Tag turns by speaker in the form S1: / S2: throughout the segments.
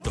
S1: The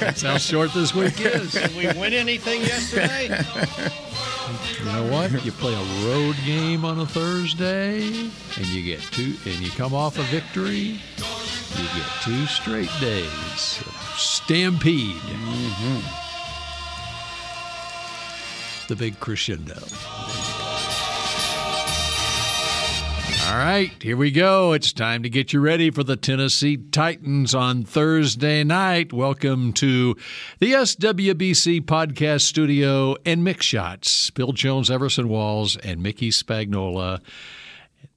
S2: That's how short this week is.
S3: Did we win anything yesterday?
S2: You know what? You play a road game on a Thursday, and you get two, and you come off a victory. You get two straight days. of Stampede. The big crescendo. All right, here we go. It's time to get you ready for the Tennessee Titans on Thursday night. Welcome to the SWBC podcast studio and mix shots. Bill Jones, Everson Walls, and Mickey Spagnola.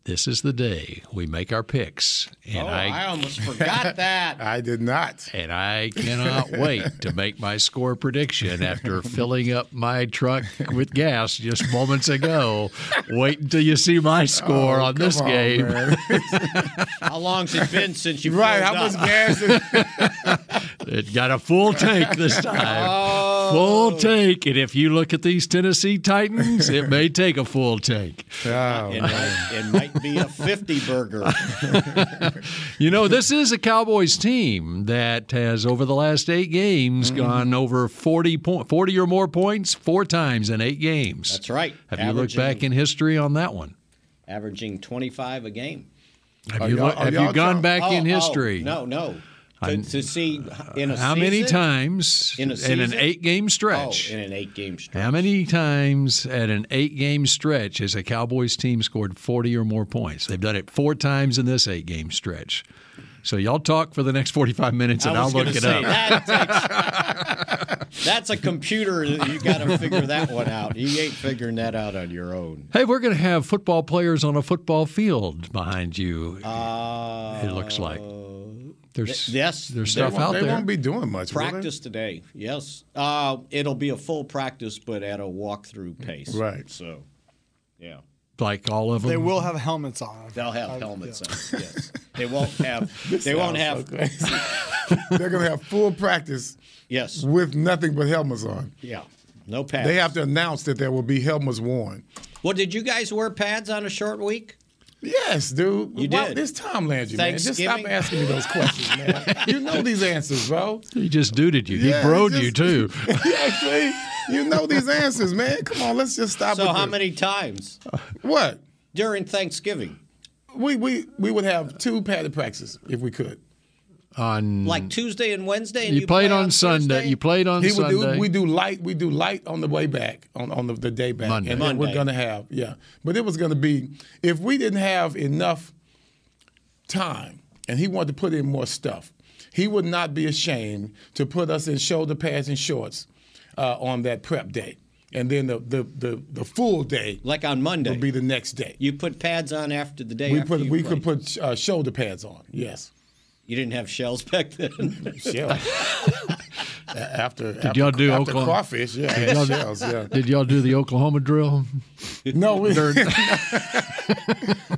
S2: This is the day we make our picks, and
S3: Oh, I
S2: I
S3: almost forgot that.
S4: I did not.
S2: and I cannot wait to make my score prediction after filling up my truck with gas just moments ago. Wait until you see my score on this
S4: Oh, Come on,
S2: game.
S4: man.
S3: How long's it been since you
S4: right?
S3: filled
S4: How
S3: up?
S4: much gas? Is,
S2: It got a full tank this time.
S4: Oh.
S2: Full tank. And if you look at these Tennessee Titans, it may take a full tank.
S3: It might, uh, it might be a 50 burger.
S2: You know, this is a Cowboys team that has, over the last eight games,
S4: Mm-hmm.
S2: gone over 40, point, 40 or more points four times in eight games.
S3: That's right.
S2: Have you looked back in history on that one?
S3: averaging 25 a game?
S2: Have
S4: Are
S2: you,
S4: y'all-
S2: loo-
S4: are
S2: have you
S4: y'all
S2: gone
S4: trying-
S2: back
S3: Oh,
S2: in
S3: oh,
S2: history?
S3: no, no. To,
S2: I'm-
S3: to see in a
S2: How many
S3: season?
S2: times
S3: In a
S2: an
S3: season?
S2: eight game
S3: Oh,
S2: stretch?
S3: in an eight game stretch.
S2: How many times at an eight game stretch has a Cowboys team scored 40 or more points? They've done it four times in this eight game stretch. So y'all talk for the next 45 minutes and
S3: I
S2: I'll
S3: was
S2: look
S3: gonna
S2: it
S3: say,
S2: up.
S3: that takes- that's a computer. that You got to figure that one out. You ain't figuring that out on your own.
S2: Hey, we're going to have football players on a football field behind you. it looks like there's
S3: Uh, th- yes,
S2: there's
S3: they
S2: stuff
S3: won't-
S2: out
S4: they
S2: there.
S4: won't be doing much. will they?
S3: Practice today, yes. Uh, it'll be a full practice, but at a walkthrough pace.
S4: Right.
S3: So, yeah,
S2: like all of them.
S5: They will have helmets on.
S3: they'll have helmets on. Yes, they won't have. They won't have.
S4: They're gonna have full practice
S3: Yes.
S4: with nothing but helmets on.
S3: Yeah. No pads.
S4: They have to announce that there will be helmets worn.
S3: Well, did you guys wear pads on a short week?
S4: Yes, dude.
S3: You
S4: Why-
S3: did.
S4: This Tom Landry, man. Just stop
S3: Thanksgiving?
S4: asking me those questions, man. you know these answers, bro.
S2: he just duded you.
S4: Yeah,
S2: he broed
S4: just-
S2: you too.
S4: yeah, see? You know these answers, man. Come on, let's just stop.
S3: So
S4: with
S3: how
S4: this.
S3: many times
S4: What?
S3: during Thanksgiving?
S4: We we we would have two padded practices if we could. Mm.
S2: on
S3: Like Tuesday and Wedday, and
S2: you,
S3: you,
S2: played
S3: play
S2: on, Sunday.
S3: Thursday?
S2: You played on
S4: He would
S2: Sunday.
S4: do. We do light. We do light on the way back on on the, the day back,
S2: Monday.
S4: and then
S3: Monday.
S4: we're gonna have yeah. But it was gonna be if we didn't have enough time, and he wanted to put in more stuff. He would not be ashamed to put us in shoulder pads and shorts uh, on that prep day, and then the the the, the full day
S3: like on Monday.
S4: would be the next day.
S3: you put pads on after the day.
S4: we
S3: after
S4: put
S3: you
S4: we
S3: played.
S4: could put uh, shoulder pads on. Yes.
S3: You didn't have shells back then.
S4: Shells. A- after did
S2: y'all do
S4: after
S2: Oklahoma-
S4: crawfish? Yeah, I had shells. Yeah.
S2: Did y'all do the Oklahoma drill?
S4: No, we, I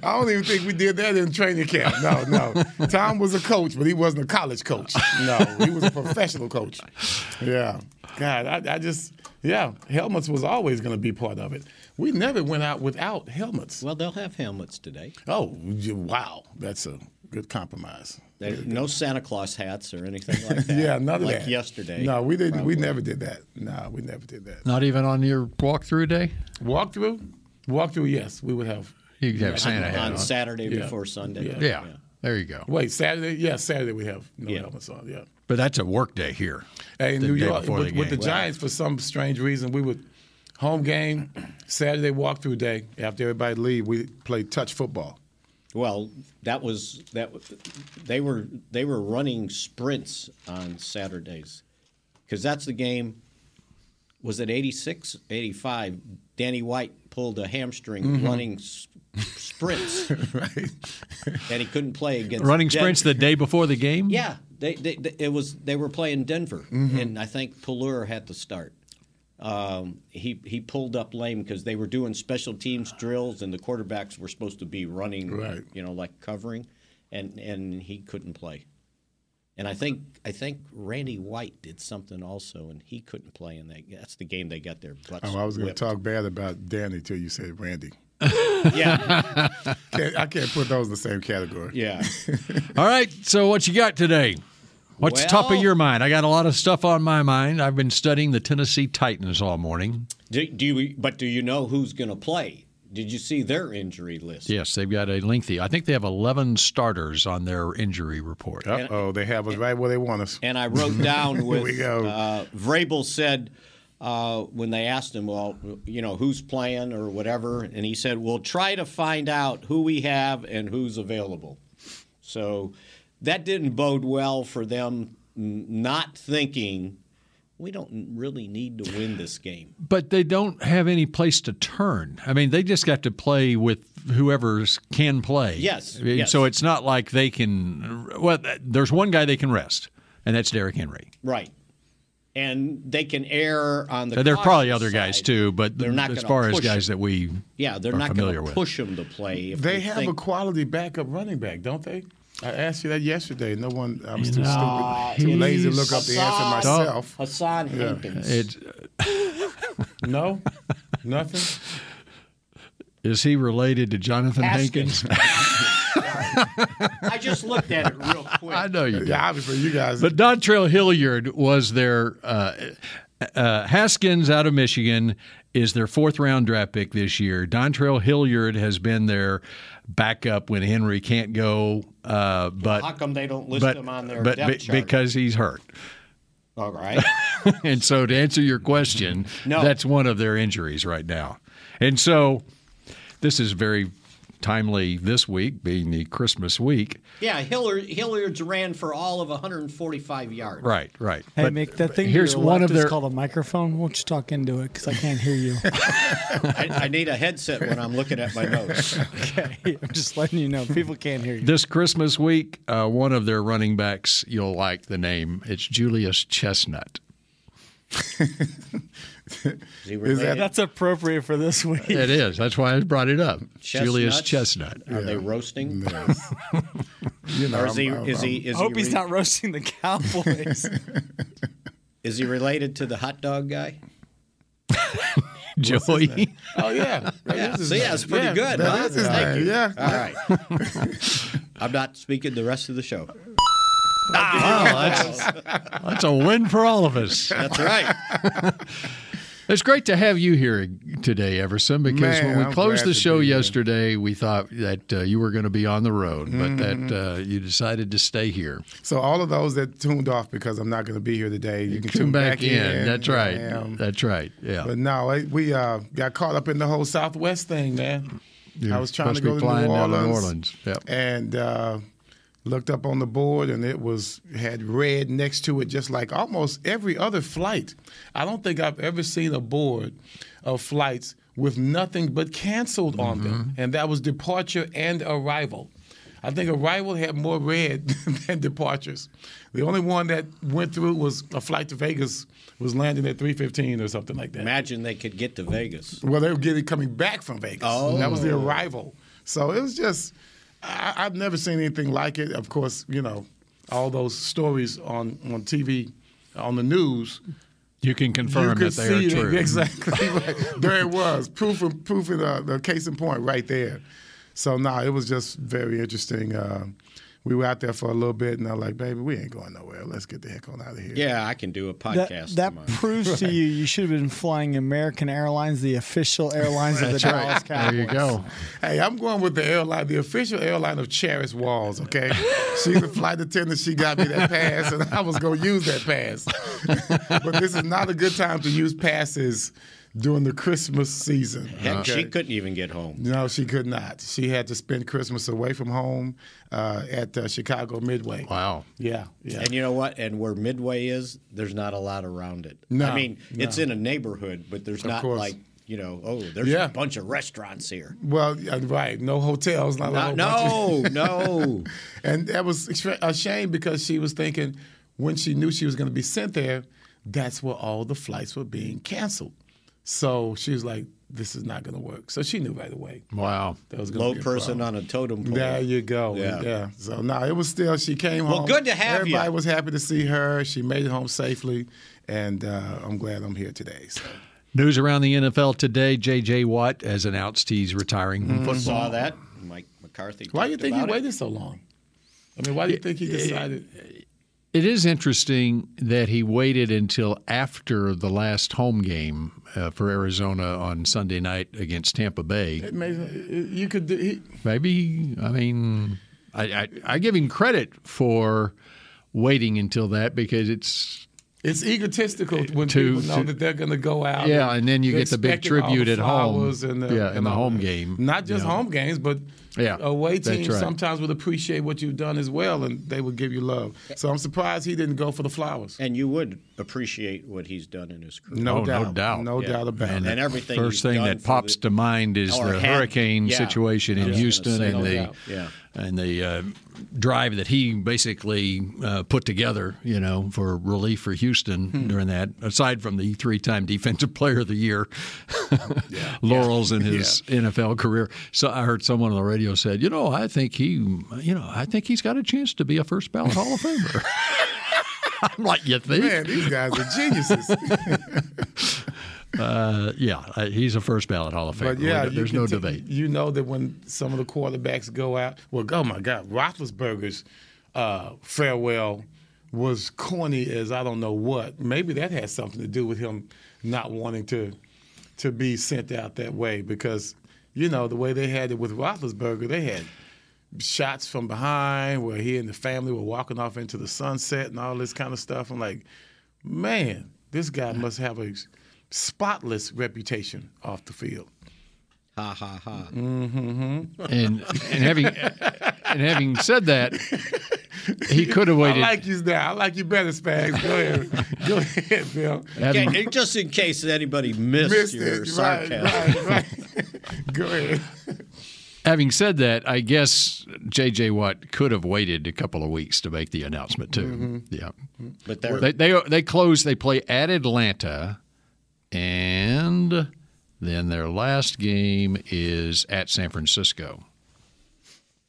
S4: don't even think we did that in training camp. No, no. Tom was a coach, but he wasn't a college coach. No, he was a professional coach. Yeah. God, I, I just, yeah, helmets was always going to be part of it. We never went out without helmets.
S3: well, they'll have helmets today.
S4: Oh, you- wow. That's a good compromise.
S3: There, no Santa Claus hats or anything like that.
S4: Yeah, none of
S3: like
S4: that.
S3: yesterday.
S4: No, we didn't. We
S3: probably.
S4: never did that. No, we never did that.
S2: Not even on your walkthrough day?
S4: Walkthrough? Walkthrough, yes, we would have.
S2: You could have Santa hat
S3: on
S2: on.
S3: Saturday
S4: Yeah.
S3: before Sunday.
S4: Yeah.
S2: Yeah. There you go.
S4: Wait, Saturday? Yeah, Saturday we have no
S3: Yeah.
S4: helmets on. Yeah.
S2: But that's a work day here.
S4: Hey, in
S2: the
S4: New
S2: day
S4: York,
S2: before
S4: with,
S2: the
S4: with the
S2: game.
S4: Giants, for some strange reason, we would home game Saturday walkthrough day after everybody leave. We played touch football.
S3: Well, that was that. was- They were they were running sprints on Saturdays because that's the game. Was it 86, 85? Danny White pulled a hamstring running s- sprints,
S4: Mm-hmm. Right?
S3: and he couldn't play against
S2: Running
S3: Denver.
S2: sprints the day before the game?
S3: Yeah, They, they, they- it was they were playing Denver,
S4: Mm-hmm.
S3: and I think Pallur had to start. Um, he he pulled up lame because they were doing special teams drills, and the quarterbacks were supposed to be running,
S4: Right.
S3: you know, like covering, and and he couldn't play. And I think I think Randy White did something also, and he couldn't play in that. That's the game they got their butts.
S4: Oh, I was going to
S3: whipped.
S4: talk bad about Danny till you said Randy.
S3: Yeah,
S4: Can't, I can't put those in the same category.
S3: yeah.
S2: All right. So what you got today? What's top of
S3: Well-
S2: your mind? I got a lot of stuff on my mind. I've been studying the Tennessee Titans all morning.
S3: Do, do you? But do you know who's going to play? Did you see their injury list?
S2: Yes, they've got a lengthy. I think they have 11 starters on their injury report.
S4: Uh oh, they have us right where they want us.
S3: And I wrote down with
S4: we go.
S3: Uh, Vrabel said uh, when they asked him, well, you know, who's playing or whatever, and he said, "We'll try to find out who we have and who's available." So that didn't bode well for them n- not thinking we don't really need to win this game.
S2: But they don't have any place to turn. I mean, they just got to play with whoever's can play.
S3: Yes,
S2: I mean,
S3: yes.
S2: So it's not like they can. Well, there's one guy they can rest, and that's Derrick Henry.
S3: Right. And they can err on the.
S2: There are probably
S3: cautious
S2: other guys
S3: side.
S2: too, but
S3: They're not
S2: as
S3: gonna
S2: far as
S3: push
S2: guys
S3: it.
S2: that we
S3: Yeah, they're
S2: are
S3: not
S2: familiar
S3: going to
S2: with.
S3: push them to play. If
S4: They have a
S3: think-
S4: quality backup running back, don't they? I asked you that yesterday. No one. I was too
S2: No,
S4: stupid, too lazy to look up the answer
S3: Hassan.
S4: myself.
S3: Hassan Hankins.
S2: It,
S4: No, nothing.
S2: is he related to Jonathan
S3: Haskins.
S2: Hankins?
S3: I just looked at it real quick.
S2: I know you. do.
S4: Yeah, obviously you guys.
S2: But Dontrell Hilliard was their uh, uh, Haskins out of Michigan is their fourth round draft pick this year. Dontrell Hilliard has been their backup when Henry can't go, uh, but
S3: How come they don't list
S2: but,
S3: him on their
S2: but
S3: depth
S2: be-
S3: chart?
S2: because he's hurt.
S3: All right.
S2: and so to answer your question,
S3: No.
S2: that's one of their injuries right now. And so this is very timely this week being the Christmas week.
S3: Yeah, Hilliard, Hilliard's ran for all of 145 yards.
S2: Right, right.
S6: Hey, Mick, that thing
S2: here's
S6: to your
S2: one
S6: left
S2: of their
S6: is called a microphone. Won't you talk into it? Because I can't hear you.
S3: I, I need a headset when I'm looking at my notes.
S6: okay, I'm just letting you know. People can't hear you.
S2: This Christmas week, uh, one of their running backs, you'll like the name. It's Julius Chestnut.
S3: Is he related?
S6: That's appropriate for this week.
S2: It is. That's why I brought it up. Julius Chestnut.
S3: Chestnuts? Are they roasting?
S4: you know,
S3: Or is he,
S4: I'm- I'm-
S3: is he, is
S6: I hope
S3: he,
S6: he's
S3: re-
S6: not roasting the Cowboys.
S3: is he related to the hot dog guy?
S2: Joey.
S4: Oh yeah. That is his
S3: See,
S4: name.
S3: that's pretty
S4: Yeah,
S3: good.
S4: that
S3: huh?
S4: is his
S3: Thank
S4: name,
S3: you.
S4: yeah.
S3: All right. I'm not speaking the rest of the show.
S2: That's a win for all of us.
S3: That's right.
S2: It's great to have you here today, Everson, because
S4: Man,
S2: when we
S4: I'm
S2: closed
S4: glad
S2: the
S4: to
S2: show
S4: be here.
S2: yesterday, we thought that uh, you were going to be on the road, but that
S4: Mm-hmm.
S2: uh, you decided to stay here.
S4: So all of those that tuned off because I'm not going to be here today, you can
S2: Tune back, in. That's
S4: I
S2: right.
S4: am.
S2: That's right. Yeah.
S4: But no, I- we uh, got caught up in the whole Southwest thing, man. I was trying to
S2: supposed
S4: go
S2: be
S4: to
S2: flying
S4: New
S2: down
S4: Orleans,
S2: to New Orleans. Yep.
S4: and uh, looked up on the board, and it was had red next to it, just like almost every other flight. I don't think I've ever seen a board of flights with nothing but canceled on them, and that was departure and arrival. I think arrival had more red than departures. The only one that went through was a flight to Vegas was landing at 3:15 or something like that.
S3: Imagine they could get to Vegas.
S4: Well, they were getting coming back from Vegas. Oh, that was their arrival. So it was just, I, I've never seen anything like it. Of course, you know, all those stories on on TV, on the news.
S2: You can confirm
S4: you could
S2: that they are
S4: see it.
S2: true.
S4: exactly. right. There it was. Proof, of, proof in uh, the case in point, right there. So no, it was just very interesting. Uh, we were out there for a little bit, and I was like, "Baby, we ain't going nowhere. Let's get the heck on out of here."
S3: Yeah, I can do a
S6: That,
S3: podcast.
S6: that
S3: tomorrow.
S6: proves to you you should have been flying American Airlines, the official airlines of the Dallas Cowboys.
S2: There you go.
S4: Hey, I'm going with the airline, the official airline of Charis Walls, okay? She's a flight attendant. She got me that pass, and I was going to use that pass. but this is not a good time to use passes during the Christmas season.
S3: Heck,
S4: okay?
S3: she couldn't even get home.
S4: No, she could not. She had to spend Christmas away from home uh, at uh, Chicago Midway.
S2: Wow.
S4: Yeah, yeah.
S3: And you know what? And where Midway is, there's not a lot around it.
S4: No,
S3: I mean,
S4: no.
S3: it's in a neighborhood, but there's not
S4: course.
S3: like you know, oh, there's
S4: Yeah.
S3: a bunch of restaurants here.
S4: Well, yeah, right. No hotels. Not a
S3: No,
S4: whole bunch of-
S3: no, no.
S4: and that was extra- a shame because she was thinking when she knew she was going to be sent there, that's where all the flights were being canceled. So she was like, "This is not going to work." So she knew right away
S2: Wow.
S4: that was going to
S3: Low
S4: be a
S3: person
S4: problem.
S3: on a totem pole.
S4: There you go. Yeah.
S3: Yeah.
S4: So no, it was still she came
S3: Well,
S4: home.
S3: good to have
S4: Everybody
S3: you.
S4: was happy to see her. She made it home safely, and uh, I'm glad I'm here today. So.
S2: News around the NFL today J.J. Watt has announced he's retiring from football.
S3: Saw that. Mike McCarthy.
S4: Mm-hmm. Why do
S3: talked
S4: you think he
S3: about it.
S4: waited so long? I mean, why do you think he decided?
S2: It is interesting that he waited until after the last home game uh, for Arizona on Sunday night against Tampa Bay.
S4: It made, you could. Do, he,
S2: Maybe, I mean, I, I, I give him credit for waiting until that because it's,
S4: It's egotistical when
S2: Eh, To-
S4: people know
S2: to-
S4: that they're going to go out.
S2: Yeah, and then you
S4: They're
S2: get the big
S4: expecting all the
S2: tribute at home.
S4: flowers And the,
S2: Yeah, in
S4: and
S2: the
S4: all
S2: home
S4: that.
S2: game,
S4: Not just
S2: you know.
S4: home games, but
S2: Yeah,
S4: away
S2: that's
S4: teams
S2: right.
S4: sometimes would appreciate what you've done as well, and they would give you love. So I'm surprised he didn't go for the flowers.
S3: And you would appreciate what he's done in his career.
S4: No
S2: Oh, no
S4: doubt.
S2: doubt.
S4: No
S3: Yeah.
S4: doubt about
S3: And
S4: it.
S3: everything.
S2: first
S3: he's
S2: thing
S3: done
S2: that
S3: for
S2: pops
S3: the-
S2: to mind is
S3: or
S2: the
S3: had-
S2: hurricane
S3: yeah.
S2: situation
S3: I
S2: in
S3: was gonna
S2: Houston
S3: say,
S2: and
S3: no
S2: the
S3: doubt. Yeah.
S2: and the uh, drive that he basically uh, put together, you know, for relief for Houston
S3: Hmm.
S2: during that. Aside from the three-time Defensive Player of the Year laurels in his NFL career, so I heard someone on the radio said, you know, I think he, you know, I think he's got a chance to be a first ballot Hall of Famer. I'm like, you think?
S4: Man, these guys are geniuses.
S2: Uh, yeah, uh, he's a first ballot Hall of Famer.
S4: but yeah, you
S2: there's
S4: can
S2: no
S4: t-
S2: debate.
S4: You know that when some of the quarterbacks go out, well, oh my God, Roethlisberger's uh, farewell was corny as I don't know what. Maybe that has something to do with him not wanting to to be sent out that way because you know the way they had it with Roethlisberger, they had shots from behind where he and the family were walking off into the sunset and all this kind of stuff. I'm like, man, this guy must have a spotless reputation off the field.
S2: And and having and having said that, he could have
S4: I
S2: waited.
S4: like you now. I like you better, Spags. Go ahead. Go ahead, Bill.
S2: having-
S3: Okay, just in case anybody missed,
S4: Missed
S3: your
S4: it. Right,
S3: sarcasm.
S4: right, right. Go ahead.
S2: Having said that, I guess J.J. Watt could have waited a couple of weeks to make the announcement too. Yeah,
S3: But Mm-hmm. there,
S2: they they they close. They play at Atlanta, and then their last game is at San Francisco.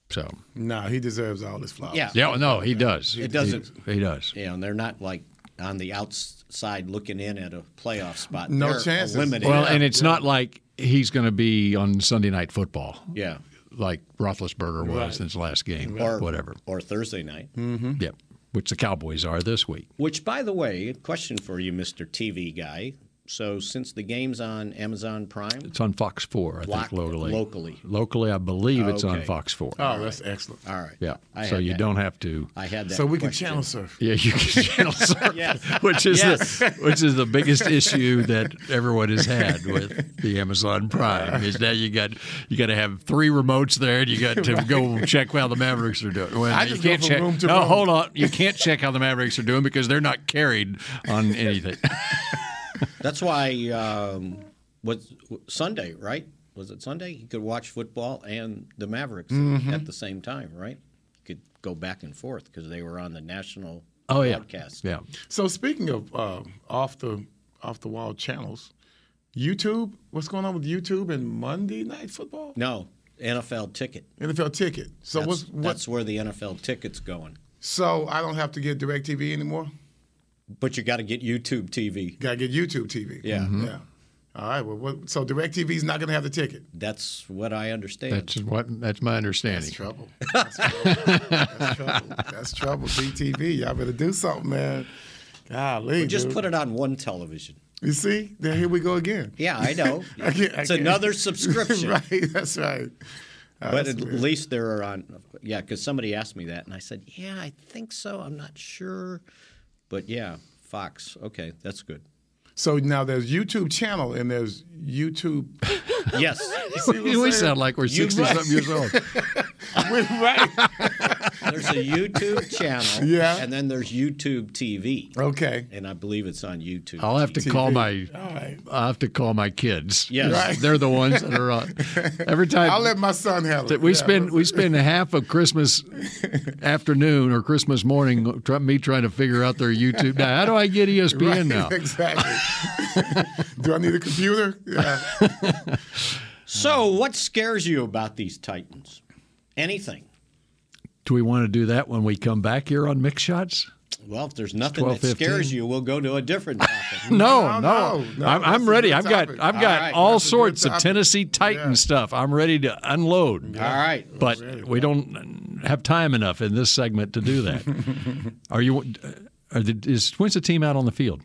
S2: So
S4: Nah, he deserves all his flowers.
S3: Yeah.
S2: yeah, no, he does.
S3: It doesn't-
S2: He, he does.
S3: you know, and they're not like on the outside looking in at a playoff spot.
S4: No
S3: They're
S4: chances.
S3: Eliminated.
S2: Well, and it's not like he's going to be on Sunday Night Football.
S3: yeah,
S2: like Roethlisberger was
S4: Right.
S2: in his last game,
S3: or hmm.
S2: whatever.
S3: or Thursday night.
S2: Yep. Which the Cowboys are this week.
S3: Which, by the way, a question for you, Mister TV guy. So, since the game's on Amazon Prime,
S2: It's on Fox Four, I
S3: Lock-
S2: think, locally.
S3: locally.
S2: locally, I believe it's on
S3: Okay.
S2: Fox Four.
S4: Oh, that's excellent.
S3: all right.
S2: yeah.
S3: I
S2: So
S3: had
S2: you
S3: that.
S2: don't have to.
S3: I had that.
S4: So we can
S3: question.
S4: channel surf.
S2: Yeah, you can channel surf,
S3: Yes.
S2: which is
S3: Yes.
S2: the which is the biggest issue that everyone has had with the Amazon Prime is now you got you got to have three remotes there and you got to go check how the Mavericks are doing. Well,
S4: I
S2: you
S4: just go
S2: can't
S4: from
S2: check.
S4: room to
S2: no,
S4: room.
S2: hold on, you can't check how the Mavericks are doing because they're not carried on anything.
S3: That's why um, was Sunday, right? Was it Sunday? You could watch football and the Mavericks
S4: Mm-hmm.
S3: at the same time, right? You could go back and forth because they were on the national
S2: Oh yeah,
S3: broadcast.
S2: yeah.
S4: So speaking of uh, off the off the wall channels, YouTube. What's going on with YouTube and Monday Night Football?
S3: No, NFL ticket.
S4: NFL ticket. So
S3: That's,
S4: what's what?
S3: that's where the NFL ticket's going.
S4: So I don't have to get Directv anymore.
S3: But you got to get YouTube TV.
S4: Got to get YouTube TV.
S3: Yeah. Mhm.
S4: Yeah. All right. Well, what, so Directv is not going to have the ticket.
S3: That's what I understand.
S2: That's what that's my understanding.
S4: That's trouble. That's trouble. That's trouble. That's trouble. DTV, y'all better do something, man. Golly,
S3: Just
S4: dude.
S3: put it on one television.
S4: You see, then here we go again.
S3: Yeah, I know.
S4: I can't- I
S3: it's
S4: can't.
S3: another subscription.
S4: right. That's right. Oh,
S3: But
S4: that's
S3: at
S4: weird.
S3: least there are on, yeah, because somebody asked me that, and I said, yeah, I think so. I'm not sure. But yeah, Fox. Okay, that's good.
S4: so now there's YouTube channel and there's YouTube.
S3: Yes.
S4: See what I'm
S2: we
S4: saying?
S2: sound like we're
S4: You
S2: sixty
S4: right.
S2: something years old.
S4: We're right.
S3: there's a YouTube channel.
S4: Yeah. Oh.
S3: And then there's YouTube TV.
S4: Okay.
S3: And I believe it's on YouTube.
S2: I'll have to call my.
S4: All right.
S2: I'll have to call my kids.
S3: Yes. Right.
S2: they're the ones that are on. Every time
S4: I'll let my son handle
S2: that
S4: it.
S2: we
S4: Yeah,
S2: spend
S4: let's-
S2: we spend half of Christmas afternoon or Christmas morning try, me trying to figure out their YouTube. Now, how do I get E ESPN
S4: Right,
S2: now?
S4: Exactly. Do I need a computer? Yeah.
S3: So, what scares you about these Titans? Anything?
S2: Do we want to do that when we come back here on Mix Shots?
S3: Well, if there's nothing
S2: 12,
S3: that scares
S2: 15.
S3: you, we'll go to a different topic.
S2: No,
S4: No, no,
S2: no,
S4: no,
S2: I'm,
S4: that's
S2: I'm
S4: a
S2: ready.
S4: good
S2: I've got
S4: topic.
S2: I've
S4: All
S2: got
S4: right,
S2: all
S4: that's a good
S2: sorts of
S4: topic.
S2: Tennessee Titan
S4: Yeah.
S2: stuff. I'm ready to unload.
S3: All right.
S2: But we don't have time enough in this segment to do that. are you? Are the, is when's the team out on the field?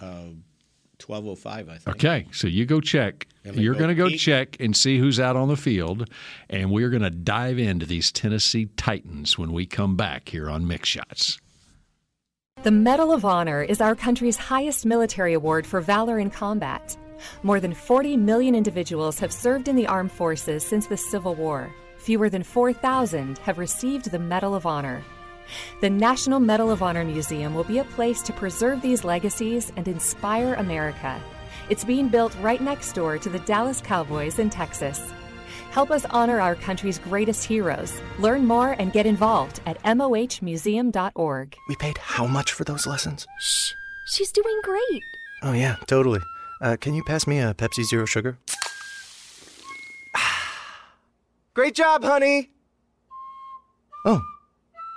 S3: 1205, I think.
S2: Okay, so you go check.
S3: And they
S2: You're
S3: go
S2: going to go
S3: peek.
S2: check and see who's out on the field, and we are going to dive into these Tennessee Titans when we come back here on Mix Shots.
S5: The Medal of Honor is our country's highest military award for valor in combat. More than 40 million individuals have served in the armed forces since the Civil War. Fewer than 4,000 have received the Medal of Honor. The National Medal of Honor Museum will be a place to preserve these legacies and inspire America. It's being built right next door to the Dallas Cowboys in Texas. Help us honor our country's greatest heroes. Learn more and get involved at mohmuseum.org.
S7: We paid how much for those lessons?
S8: She's doing great.
S7: Oh, yeah, totally. Uh, can you pass me a Pepsi Zero Sugar? Great job, honey! Oh.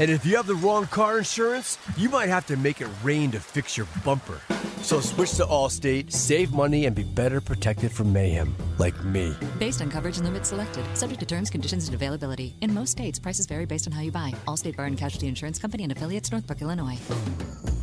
S9: And if you have the wrong car insurance, you might have to make it rain to fix your bumper. So switch to Allstate, save money, and be better protected from mayhem, like me.
S8: Based on coverage and limits selected, subject to terms, conditions, and availability. In most states, prices vary based on how you buy. Allstate Bar and Casualty Insurance Company and affiliates, Northbrook, Illinois.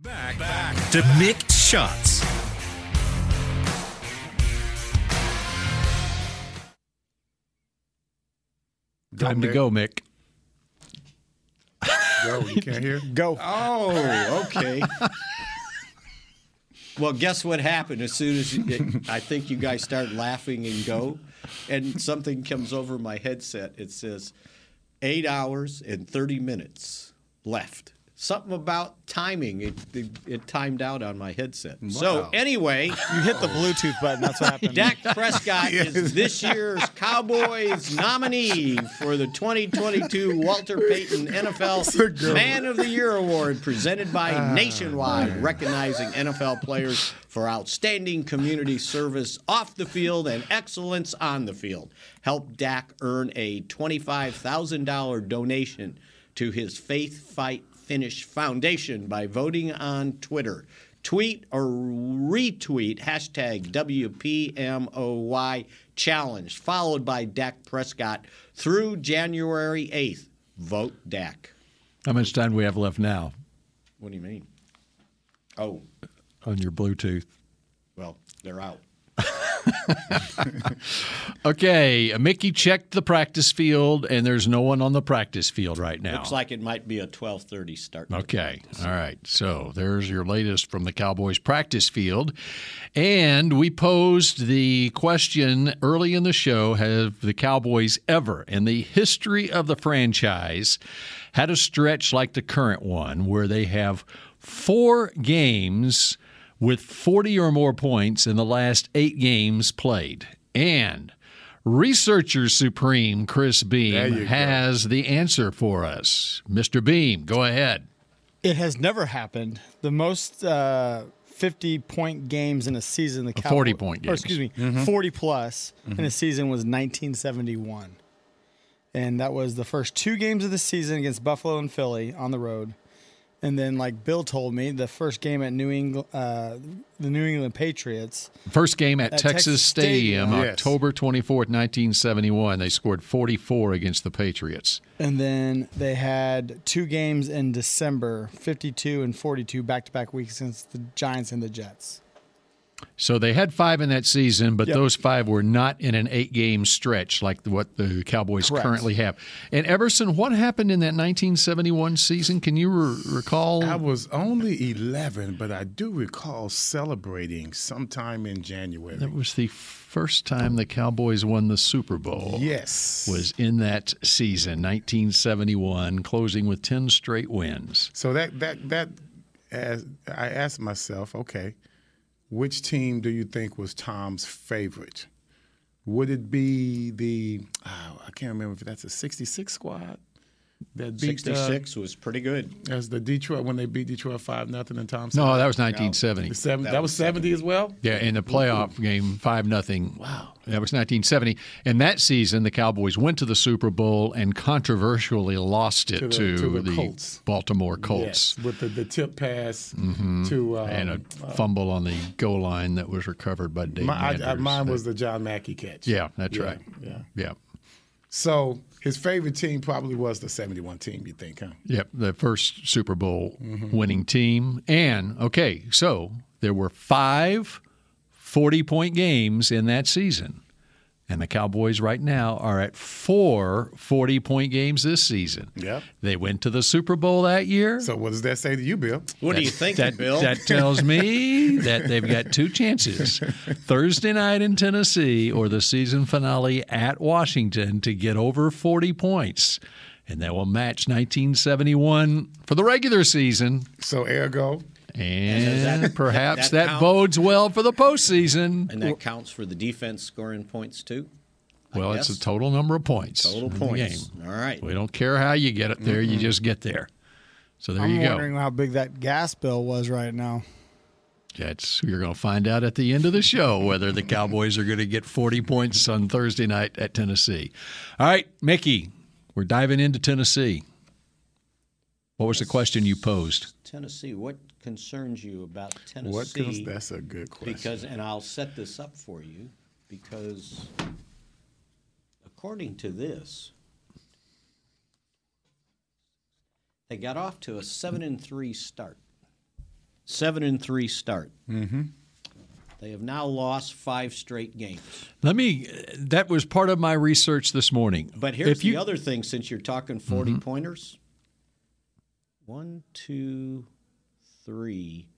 S10: Back, back to Mixed Shots.
S2: Time to
S4: Mick.
S2: go, Mick.
S4: Yo, you can't hear?
S6: Go.
S3: Oh, okay. well, guess what happened as soon as you, I think you guys start laughing and go, and something comes over my headset. It says, eight hours and 30 minutes left. Something about timing. It, it, it timed out on my headset. So, anyway,
S6: You hit the Bluetooth button. That's what happened.
S3: Dak Prescott is this year's Cowboys nominee for the 2022 Walter Payton NFL Man of the Year Award presented by Nationwide, recognizing NFL players for outstanding community service off the field and excellence on the field. Help Dak earn a $25,000 donation to his Faith Fight Finish Foundation by voting on Twitter tweet or retweet hashtag WPMOY challenge, followed by Dak Prescott through January 8th. Vote Dak.
S2: How much time do we have left now
S3: What do you mean? Oh,
S2: on your Bluetooth?
S3: well, they're out.
S2: Okay, Mickey checked the practice field, and there's no one on the practice field right now.
S3: Looks like it might be a 12:30 start.
S2: Okay. All right. So there's your latest from the Cowboys practice field. And we posed the question early in the show Have the Cowboys ever, in the history of the franchise, had a stretch like the current one where they have four games with 40 or more points in the last eight games played? And Researcher Supreme Chris
S6: There you
S2: Beam
S6: go.
S2: has the answer for us. Mr. Beam, go ahead.
S6: It has never happened. The most uh, 50 point games in a season, the Cowboys,
S2: 40 point
S6: or excuse me,
S2: games. Mhm.
S6: 40 plus in a
S2: Mhm.
S6: season was 1971. And that was the first two games of the season against Buffalo and Philly on the road. And then, like Bill told me, the first game at New England, uh, the New England Patriots.
S2: First game at,
S6: At
S2: Texas,
S6: Texas
S2: Stadium,
S6: Stadium. Yes.
S2: October 24th, 1971. They scored 44 against the Patriots.
S6: And then they had two games in December, 52 and 42 back to back weeks against the Giants and the Jets.
S2: So they had five in that season, but
S6: Yep.
S2: those five were not in an eight game stretch like what the Cowboys
S6: Correct.
S2: currently have. And Everson, what happened in that 1971 season? Can you re- recall?
S4: I was only 11, but I do recall celebrating sometime in January.
S2: That was the first time the Cowboys won the Super Bowl.
S4: Yes.
S2: Was in that season, 1971, closing with 10 straight wins.
S4: So that that that as I asked myself, okay, which team do you think was Tom's favorite? Would it be the oh, I can't remember if that's a '66 squad that beat the-
S3: 66 was pretty good.
S4: as the Detroit when they beat Detroit five nothing and Tom.
S2: No,
S4: said-
S2: that was 1970.
S4: The seven- that, was '70 as well.
S2: Yeah, in the playoff game, five nothing. Wow, that was 1970. And that season, the Cowboys went to the Super Bowl and controversially lost it to,
S4: To the- to the Colts.
S2: Baltimore Colts.
S4: Yes, with the, the tip pass
S2: Mhm.
S4: to um,
S2: and a fumble on the goal line that was recovered by Dave.
S4: my, I, I,
S2: Manders.
S4: mine was the John Mackey catch.
S2: Yeah, that's right.
S4: Yeah.
S2: Yeah.
S4: So his favorite team probably was the '71 team. You think, huh?
S2: Yep, the first Super Bowl winning team. And okay, so there were five 40 point games in that season. And the Cowboys right now are at four 40 point games this season.
S4: Yep.
S2: They went to the Super Bowl that year.
S4: So what does that say to you, Bill?
S3: What do you
S2: That-
S3: think,
S2: that,
S3: Bill?
S2: That tells me that they've got two chances Thursday night in Tennessee or the season finale at Washington to get over 40 points. And that will match 1971 for the regular season.
S4: So, ergo.
S2: And
S3: does that-
S2: perhaps
S3: that-
S2: that,
S3: that count?
S2: bodes well for the postseason.
S3: And that counts for the defense scoring points, too?
S2: well, it's
S3: yes.
S2: a total number of points.
S3: Total
S2: in the
S3: points.
S2: game.
S3: All right.
S2: We don't care how you get it there, you just get there. So there
S6: I'm
S2: you go.
S6: wondering how big that gas bill was right now.
S2: That's you're going to find out at the end of the show whether the Cowboys are going to get 40 points on Thursday night at Tennessee. All right, Mickey, we're diving into Tennessee. What was the question you posed?
S3: Tennessee, what concerns you about Tennessee?
S4: cons- that's a good question.
S3: Because, and I'll set this up for you, because according to this, they got off to a seven and three start. Seven and three start.
S4: Mm-hmm.
S3: They have now lost five straight games.
S2: Let me that was part of my research this morning.
S3: But here's
S2: If you- Mm-hmm.
S3: the other thing since you're talking 40 pointers one, two, three.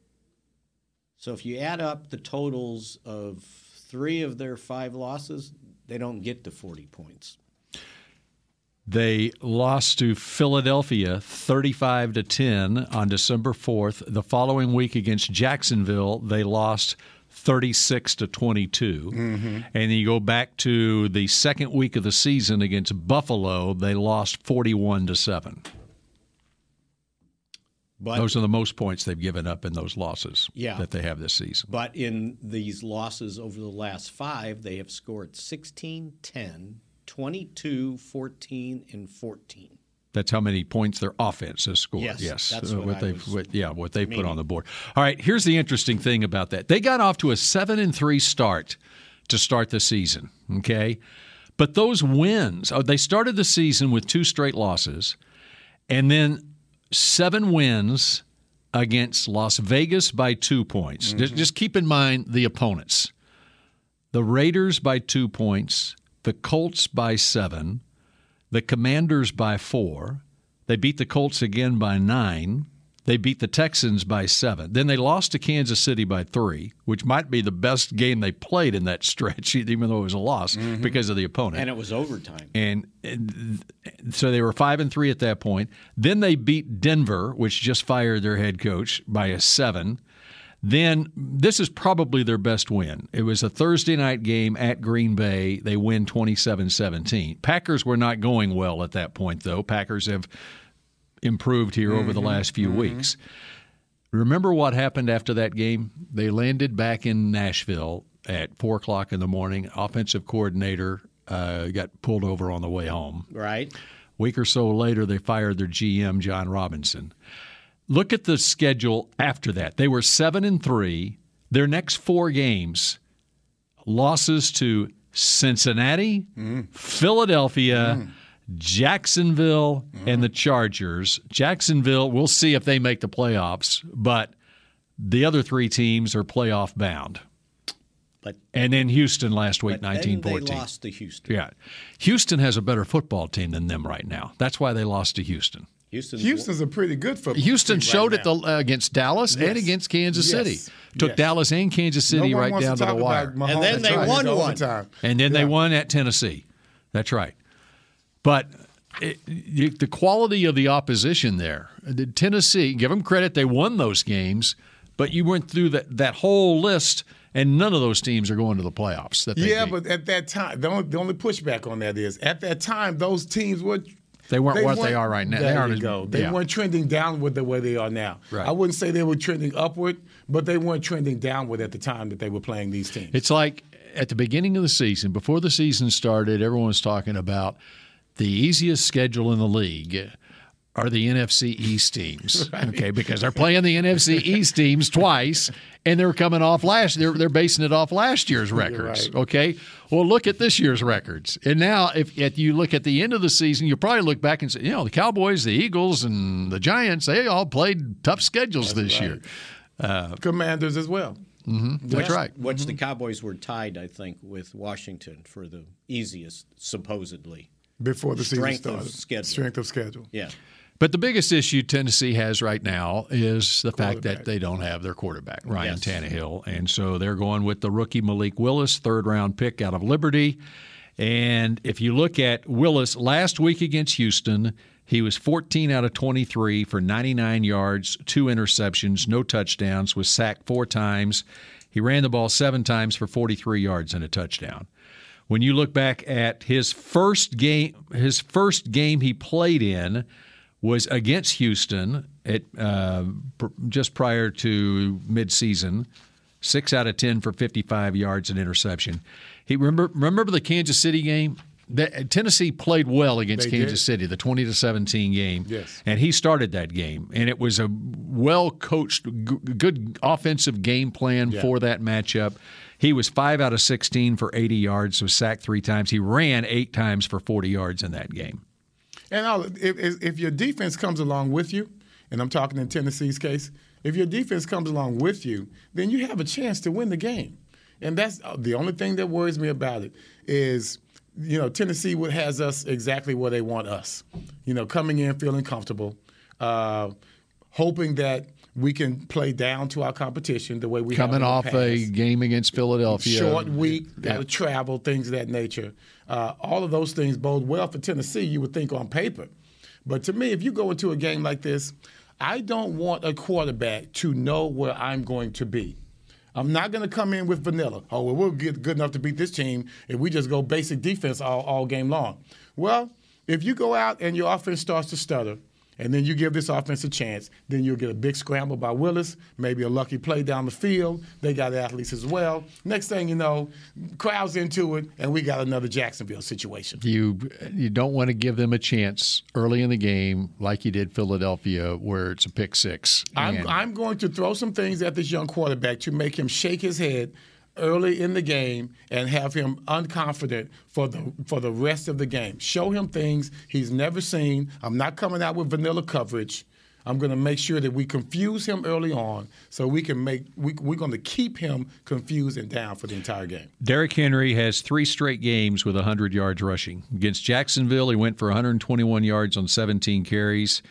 S3: So if you add up the totals of three of their five losses, they don't get to 40 points.
S2: They lost to Philadelphia 35 to 10 on December 4th. The following week against Jacksonville, they lost 36 to 22.
S3: Mm-hmm.
S2: And then you go back to the second week of the season against Buffalo, they lost 41 to 7.
S3: But
S2: those are the most points they've given up in those losses
S3: Yeah.
S2: that they have this season.
S3: But in these losses over the last five, they have scored 16, 10, 22, 14, and 14.
S2: That's how many points their offense has scored.
S3: Yes, that's
S2: uh,
S3: what I
S2: they've
S3: was
S2: what, yeah what they put
S3: meaning.
S2: on the board. All right, here's the interesting thing about that. They got off to a seven and three start to start the season. Okay, but those wins. Oh, they started the season with two straight losses, and then seven wins against Las Vegas by two points.
S3: Mm-hmm.
S2: Just, just keep in mind the opponents: the Raiders by two points, the Colts by seven the Commanders by four. They beat the Colts again by nine. They beat the Texans by seven. Then they lost to Kansas City by three, which might be the best game they played in that stretch, even though it was a loss because of the opponent.
S3: Mm-hmm. And it was overtime.
S2: And, and th- so they were five and three at that point. Then they beat Denver, which just fired their head coach by a seven. Then this is probably their best win. It was a Thursday night game at Green Bay. They win 27 17. Packers were not going well at that point, though. Packers have improved here over the
S11: Mhm,
S2: last few
S11: mhm.
S2: weeks. Remember what happened after that game? They landed back in Nashville at four o'clock in the morning. Offensive coordinator uh, got pulled over on the way home.
S3: Right.
S2: Week or so later, they fired their GM, John Robinson. Look at the schedule after that. They were seven and three. Their next four games, losses to Cincinnati,
S3: Mm-hmm.
S2: Philadelphia, Jacksonville,
S3: Mm-hmm.
S2: and the Chargers. Jacksonville, we'll see if they make the playoffs, but the other three teams are playoff bound.
S3: But
S2: and then Houston last week,
S3: Then
S2: nineteen
S3: they
S2: fourteen.
S3: lost to Houston.
S2: Yeah, Houston has a better football team than them right now. That's why they lost to Houston.
S3: Houston's,
S4: Houston's a pretty good football. team
S2: Houston
S4: right
S2: showed it
S4: now.
S2: the, uh, against Dallas
S4: Yes.
S2: and against Kansas
S4: Yes.
S2: City. Took
S4: Yes.
S2: Dallas and Kansas City
S4: No one
S2: right
S4: wants
S2: down
S4: to
S2: to the
S4: talk
S2: wire.
S4: about Mahomes And then they trying to won go one. overtime.
S2: And then they won at Tennessee. That's right. But it, you, the quality of the opposition there, the Tennessee, give them credit, they won those games, but you went through that, that whole list, and none of those teams are going to the playoffs. That they
S4: Yeah,
S2: beat.
S4: but at that time, the only, the only pushback on that is at that time those teams were.
S2: They weren't what they are right now. They
S4: There
S2: aren't
S4: you
S2: as-
S4: go. They
S2: yeah.
S4: weren't trending downward the way they are now.
S2: Right.
S4: I wouldn't say they were trending upward, but they weren't trending downward at the time that they were playing these teams.
S2: It's like at the beginning of the season, before the season started, everyone was talking about the easiest schedule in the league are the NFC East teams. Okay, because they're playing the NFC East teams twice and they're coming off last they're they're basing it off last year's
S11: You're
S2: records.
S11: right.
S2: Okay? Well, look at this year's records. And now if, if you look at the end of the season, you probably look back and say, you know, the Cowboys, the Eagles and the Giants, they all played tough schedules this year. Uh,
S4: Commanders as well.
S2: mhm, that's
S3: Which-
S2: right.
S3: Which
S11: Mm-hmm.
S3: the Cowboys were tied, I think, with Washington for the easiest, supposedly.
S4: Before the season
S3: Strength
S4: started.
S3: Of schedule.
S4: Strength of schedule.
S3: Yeah.
S2: But the biggest issue Tennessee has right now is the fact that they don't have their quarterback, Ryan Tannehill. And so they're going with the rookie Malik Willis, third round pick out of Liberty. And if you look at Willis last week against Houston, he was 14 out of 23 for 99 yards, two interceptions, no touchdowns, was sacked four times. He ran the ball seven times for 43 yards and a touchdown when you look back at his first game, his first game he played in was against Houston at uh, pr- just prior to midseason. Six out of ten for 55 yards and interception. He remember remember the Kansas City game. That, Tennessee played well against
S11: They did.
S2: Kansas City, the 20 to 17 game.
S11: Yes.
S2: And he started that game, and it was a well coached, g- good offensive game plan
S11: Yeah.
S2: for that matchup. He was five out of 16 for 80 yards, was sacked three times. He ran eight times for 40 yards in that game.
S4: And all, if, if if your defense comes along with you, and I'm talking in Tennessee's case, if your defense comes along with you, then you have a chance to win the game. And that's uh, the only thing that worries me about it is, you know, Tennessee would- has us exactly where they want us. You know, coming in feeling comfortable, uh, hoping that we can play down to our competition the way we have in
S2: Coming
S4: the
S2: off
S4: past.
S2: a game against Philadelphia.
S4: Short week, got to
S2: Yeah.
S4: travel, things of that nature. Uh, all of those things bode well for Tennessee, you would think on paper. But to me, if you go into a game like this, I don't want a quarterback to know where I'm going to be. I'm not going to come in with vanilla. Oh, well, we'll get good enough to beat this team if we just go basic defense all, all game long. Well, if you go out and your offense starts to stutter, and then you give this offense a chance, then you'll get a big scramble by Willis, maybe a lucky play down the field. They got athletes as well. Next thing you know, crowds into it, and we got another Jacksonville situation.
S2: You you don't want to give them a chance early in the game like you did Philadelphia where it's a pick six.
S4: I'm,
S2: And-
S4: I'm going to throw some things at this young quarterback to make him shake his head early in the game and have him unconfident for the for the rest of the game. Show him things he's never seen. I'm not coming out with vanilla coverage. I'm going to make sure that we confuse him early on so we can make we, we're going to keep him confused and down for the entire game.
S2: Derrick Henry has three straight games with 100 yards rushing. Against Jacksonville, he went for 121 yards on 17 carries.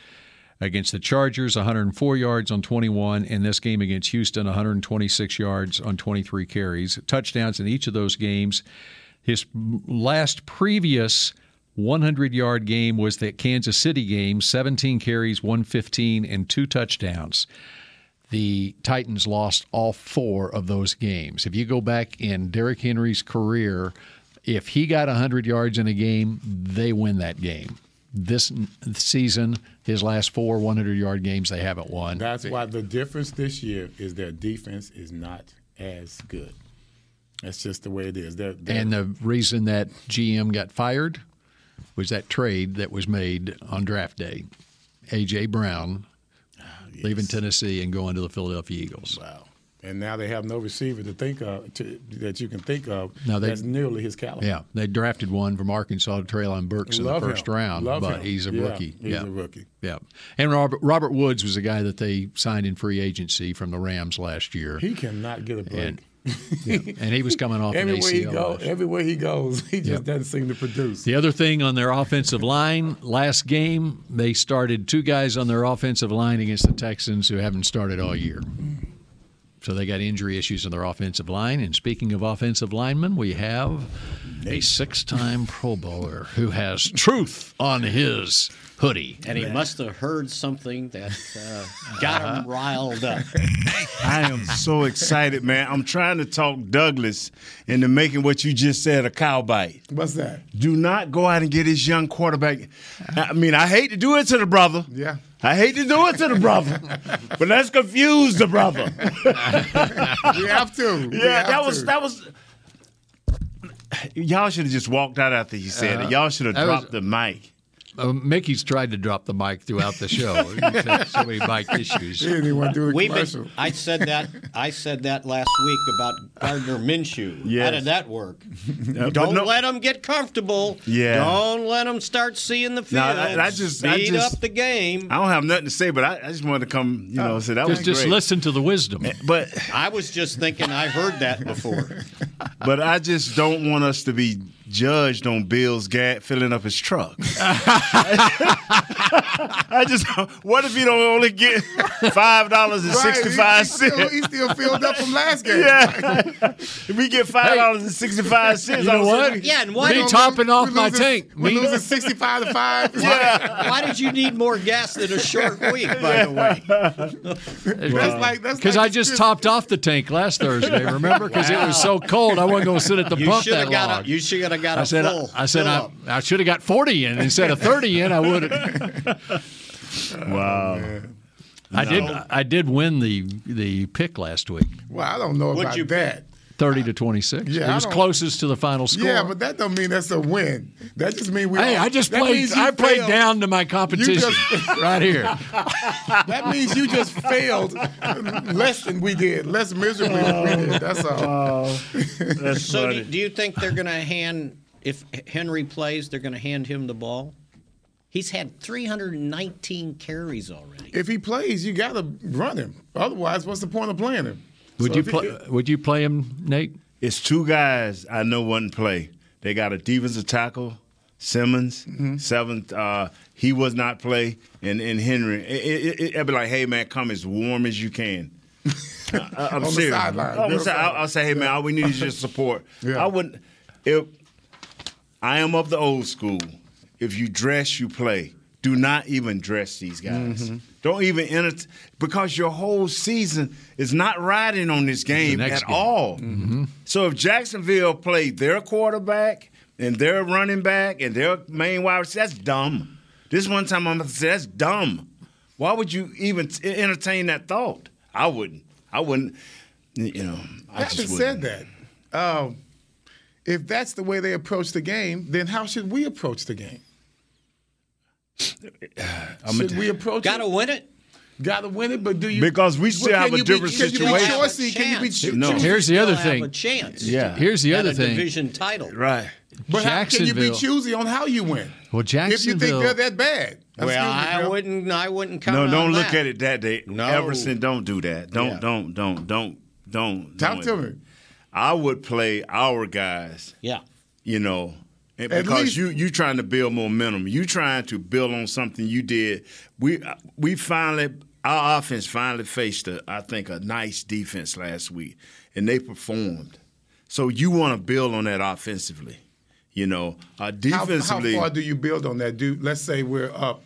S2: Against the Chargers, 104 yards on 21. In this game against Houston, 126 yards on 23 carries. Touchdowns in each of those games. His last previous 100 yard game was that Kansas City game 17 carries, 115, and two touchdowns. the Titans lost all four of those games. If you go back in Derrick Henry's career, if he got 100 yards in a game, they win that game. This n- season, his last four 100 yard games, they haven't won.
S4: That's why the difference this year is their defense is not as good. That's just the way it is. They're, they're-
S2: And the reason that GM got fired was that trade that was made on draft day. A.J. Brown leaving Tennessee and going to the Philadelphia Eagles.
S4: Oh, Wow. Oh. and now they have no receiver to think of to, that you can think of
S2: No, they-
S4: that's nearly his caliber.
S2: Yeah, they drafted one from Arkansas, Traylon Burks, in
S4: Love
S2: the first
S4: him.
S2: round,
S4: Love
S2: but
S4: him.
S2: he's a
S4: Yeah,
S2: rookie.
S4: he's a rookie.
S2: Yeah, and Robert Robert Woods was a guy that they signed in free agency from the Rams last year,
S4: He cannot get a break.
S2: and, yeah, and he was coming off an
S4: everywhere he
S2: ACL.
S4: goes,
S2: last
S4: everywhere he goes, he just doesn't seem to produce.
S2: The other thing on their offensive line, last game, they started two guys on their offensive line against the Texans who haven't started all year. So they got injury issues on their offensive line. And speaking of offensive linemen, we have a six time Pro Bowler who has truth on his hoodie.
S3: And he must have heard something that uh, got
S11: Uh-huh.
S3: him riled up.
S11: I am so excited, man. I'm trying to talk Douglas into making what you just said a cow bite.
S4: What's that?
S11: Do not go out and get his young quarterback. I mean, I hate to do it to the brother.
S4: Yeah.
S11: I hate to do it to the brother, but let's confuse the brother.
S4: we have to. We
S11: Yeah,
S4: have
S11: that was
S4: to.
S11: that was. Y'all should have just walked out after he said
S2: Uh,
S11: it. Y'all should have
S2: that was-
S11: dropped the mic.
S2: Uh, Mickey's tried to drop the mic throughout the show. He's had so many mic issues.
S3: We've been- I said that. I said that last week about Gardner Minshew. How
S11: Yes.
S3: did that work?
S11: Yeah, but
S3: Don't
S11: no-
S3: let them get comfortable.
S11: Yeah.
S3: Don't let them start seeing the
S11: No,
S3: field.
S11: I- I just- I
S3: speed
S11: just-
S3: up the game.
S11: I don't have nothing to say, but I, I just wanted to come. You know, say that was
S2: Uh, just, just
S11: great.
S2: listen to the wisdom.
S11: But
S3: I was just thinking. I heard that before.
S11: But I just don't want us to be judged on Bill's gat filling up his truck. I just what if you don't only get five dollars and
S4: Right,
S11: sixty five
S4: he- he still-
S11: cents?
S4: he still filled up from last game.
S11: Yeah, if we get five dollars and sixty five cents,
S2: You know what? Me topping off my tank.
S4: We're
S2: Me-
S4: losing 65 to 5.
S3: Why, why did you need more gas in a short week? By the way,
S2: Because
S3: That's like- that's like
S2: I just topped off the tank last Thursday, remember? Because it was so cold, I wasn't going to sit at the
S3: you
S2: pump
S3: should
S2: that
S3: have got.
S2: long.
S3: A, you should have got
S2: I
S3: a
S2: said,
S3: full.
S2: I, I said,
S3: fill
S2: I,
S3: up.
S2: I should have got 40 in instead of 30 in. I would. have
S11: Wow.
S2: I
S4: No.
S2: did. I did win the the pick last week,
S4: Well, I don't know
S2: What'd
S4: about
S2: you pick?
S4: that.
S2: thirty to twenty six.
S4: Yeah,
S2: it
S4: I
S2: was
S4: don't-
S2: closest to the final score.
S4: Yeah, but that don't mean that's a win. That just means we.
S2: hey, I just played. I played down to my competition right here.
S4: That means you just failed less than we did, less miserably than we did. That's
S2: Oh,
S4: all.
S3: so do, do you think they're going to hand if Henry plays, they're going to hand him the ball? He's had 319 carries already.
S4: If he plays, you got to run him. Otherwise, what's the point of playing him? So
S2: Would you
S4: if he-
S2: play? Would you play him, Nate?
S11: It's two guys I know wouldn't play. They got a defensive tackle, Simmons,
S4: Mm-hmm.
S11: seventh. Uh, he was not play, and and Henry. It, it, it, would be like, hey man, come as warm as you can. I, I-
S4: On
S11: I'm
S4: the
S11: serious.
S4: sideline.
S11: I'm sorry. I'll, I'll say, hey man, all we need is just support. I wouldn't. If I am of the old school, if you dress, you play. Do not even dress these guys.
S2: Mm-hmm.
S4: Mhm.
S11: Don't even enter because your whole season is not riding on this game
S2: next
S11: at
S2: game. Mm-hmm.
S11: all. So if Jacksonville played their quarterback and their running back and their main wide receiver, that's dumb. This one time I'm going to say that's dumb. Why would you even t- entertain that thought? I wouldn't. I wouldn't. You know, I,
S4: I
S11: just
S4: haven't
S11: wouldn't.
S4: said that. Um, if that's the way they approach the game, then how should we approach the game?
S11: I'm a-
S4: should we approach?
S3: Gotta win it.
S4: Gotta win it, but do you?
S11: Because we
S4: Well,
S11: still
S4: can
S11: have a
S4: you be-
S11: different
S4: can you be
S11: situation.
S4: choosy? Can you be
S3: Chance.
S4: choo-
S11: No.
S4: choosy?
S2: Here's the
S3: Still
S2: other
S3: have
S2: thing.
S3: a chance.
S2: Yeah. Here's the
S3: At
S2: other
S3: a
S2: thing.
S3: Division title.
S11: Right.
S4: But how can you be
S2: Jacksonville-
S4: choosy on how you win?
S2: Well,
S4: If you
S2: Jacksonville.
S4: think they're that bad,
S3: Well,
S4: Excuse me,
S3: I
S4: Bill.
S3: wouldn't. I wouldn't count.
S11: No,
S3: on
S11: don't look
S3: that.
S11: at it that day. No. Everson, don't do that. Don't,
S3: Yeah.
S11: don't, don't, don't, don't. don't.
S4: Talk to me.
S11: I would play our guys.
S3: Yeah.
S11: You know, and
S4: At
S11: because
S4: least-
S11: you you trying to build momentum. You trying to build on something you did. We uh, we finally our offense finally faced a I think a nice defense last week, and they performed. So you want to build on that offensively. You know, uh,
S4: How-
S11: defensively.
S4: How, far do you build on that, dude? Let's say we're up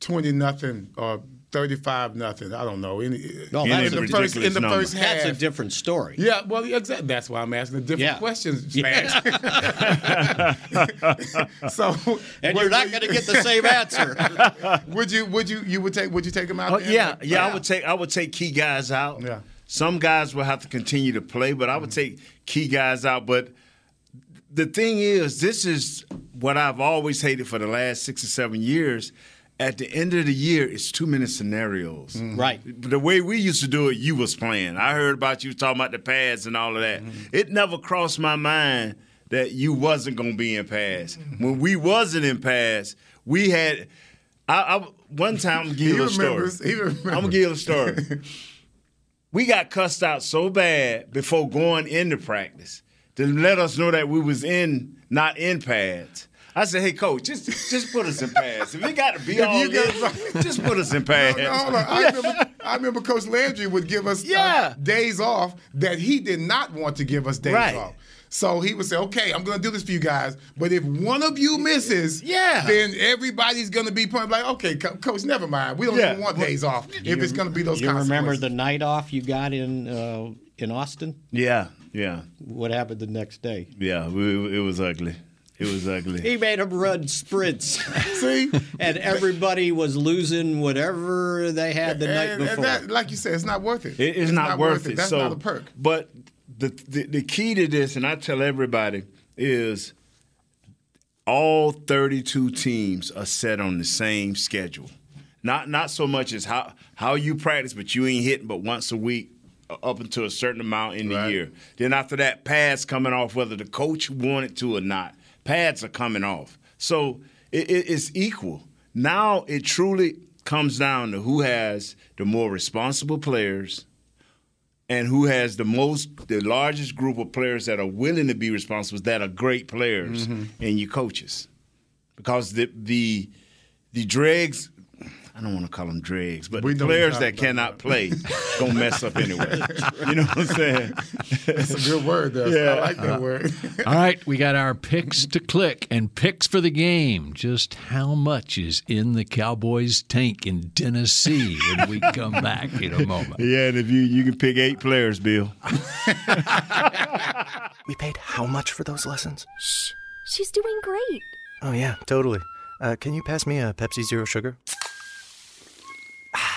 S4: twenty nothing or thirty-five nothing. I don't know. In,
S3: No,
S4: in,
S3: that's
S4: the
S3: a
S4: first in the
S3: ridiculous
S4: first
S3: number.
S4: half.
S3: That's a different story.
S4: Yeah, well, exactly. That's why I'm asking the different
S3: Yeah.
S4: questions,
S3: Yeah.
S4: Max. so,
S3: And you're not gonna get the same answer.
S4: would you? Would you? You would take? Would you take him out?
S11: Oh,
S4: there?
S11: yeah, yeah, I would take I would take key guys out. Yeah. Some guys will have to continue to play, but I would
S4: Mm-hmm.
S11: take key guys out. But the thing is, this is what I've always hated for the last six or seven years. At the end of the year, it's too many scenarios.
S3: Right.
S11: The way we used to do it, you was playing. I heard about you talking about the pads and all of that. It never crossed my mind that you wasn't gonna be in pads. When we wasn't in pads, we had. I, I one time I'm gonna give
S4: He
S11: you a
S4: remembers.
S11: story.
S4: He remembers.
S11: I'm gonna give you a story. we got cussed out so bad before going into practice to let us know that we was in not in pads. I said, "Hey, coach, just just put us in pads. If it got to be
S4: If
S11: all
S4: you
S11: this, just put us in pads."
S4: No, hold on. I, remember, I remember Coach Landry would give us uh, days off that he did not want to give us days
S11: Right.
S4: off. So he would say, "Okay, I'm going to do this for you guys, but if one of you misses,
S11: Yeah.
S4: then everybody's going to be point like, okay, co- coach, never mind. We don't
S3: Yeah.
S4: even want days off if
S3: You-
S4: it's going to be those
S3: You remember
S4: consequences."
S3: the night off you got in uh, in Austin?
S11: Yeah, yeah,
S3: What happened the next day?
S11: yeah. We, it was ugly. It was ugly.
S3: He made him run sprints.
S4: See,
S3: and everybody was losing whatever they had the night
S4: and, and
S3: before.
S4: that, like you said, it's not worth it.
S11: It- it's, not, worth it.
S4: That's
S11: so,
S4: not a perk.
S11: But the, the the key to this, and I tell everybody, is all 32 teams are set on the same schedule. Not not so much as how how you practice, but you ain't hitting but once a week uh, up until a certain amount in the year. Then after that, pads coming off whether the coach wanted to or not. Pads are coming off, so it, it- it's equal. Now it truly comes down to who has the more responsible players and who has the most, the largest group of players that are willing to be responsible, that are great players, and your coaches, because the the the dregs. I don't want to call them dregs, but
S4: We
S11: the
S4: know what
S11: players
S4: you're
S11: that
S4: talking
S11: cannot play gonna mess up anyway. You know what I'm saying?
S4: That's a good word, though. I like
S11: Uh-huh.
S4: that word.
S2: All right, we got our picks to click and picks for the game. Just how much is in the Cowboys tank in Tennessee when we come back in a moment?
S11: Yeah, and if you you can pick eight players, Bill.
S7: We paid how much for those lessons? Shh.
S12: She's doing great.
S7: Oh, yeah, totally. Uh, can you pass me a Pepsi Zero Sugar?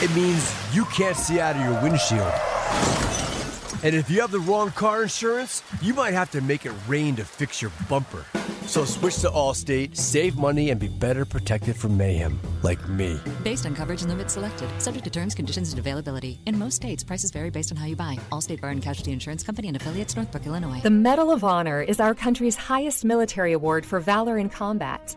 S9: It means you can't see out of your windshield. And if you have the wrong car insurance, you might have to make it rain to fix your bumper. So switch to Allstate, save money, and be better protected from mayhem like me.
S8: Based on coverage and limits selected, subject to terms, conditions, and availability. In most states, prices vary based on how you buy. Allstate Bar and Casualty Insurance Company and affiliates, Northbrook, Illinois.
S5: The Medal of Honor is our country's highest military award for valor in combat.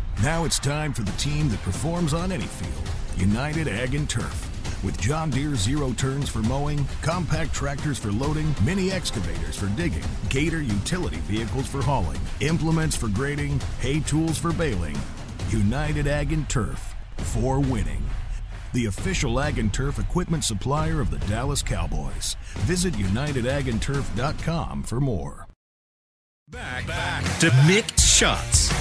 S13: Now it's time for the team that performs on any field United Ag and Turf. With John Deere zero turns for mowing, compact tractors for loading, mini excavators for digging, Gator utility vehicles for hauling, implements for grading, hay tools for baling. United Ag and Turf for winning. The official Ag and Turf equipment supplier of the Dallas Cowboys. Visit unitedagandturf.com for more.
S10: to mixed shots.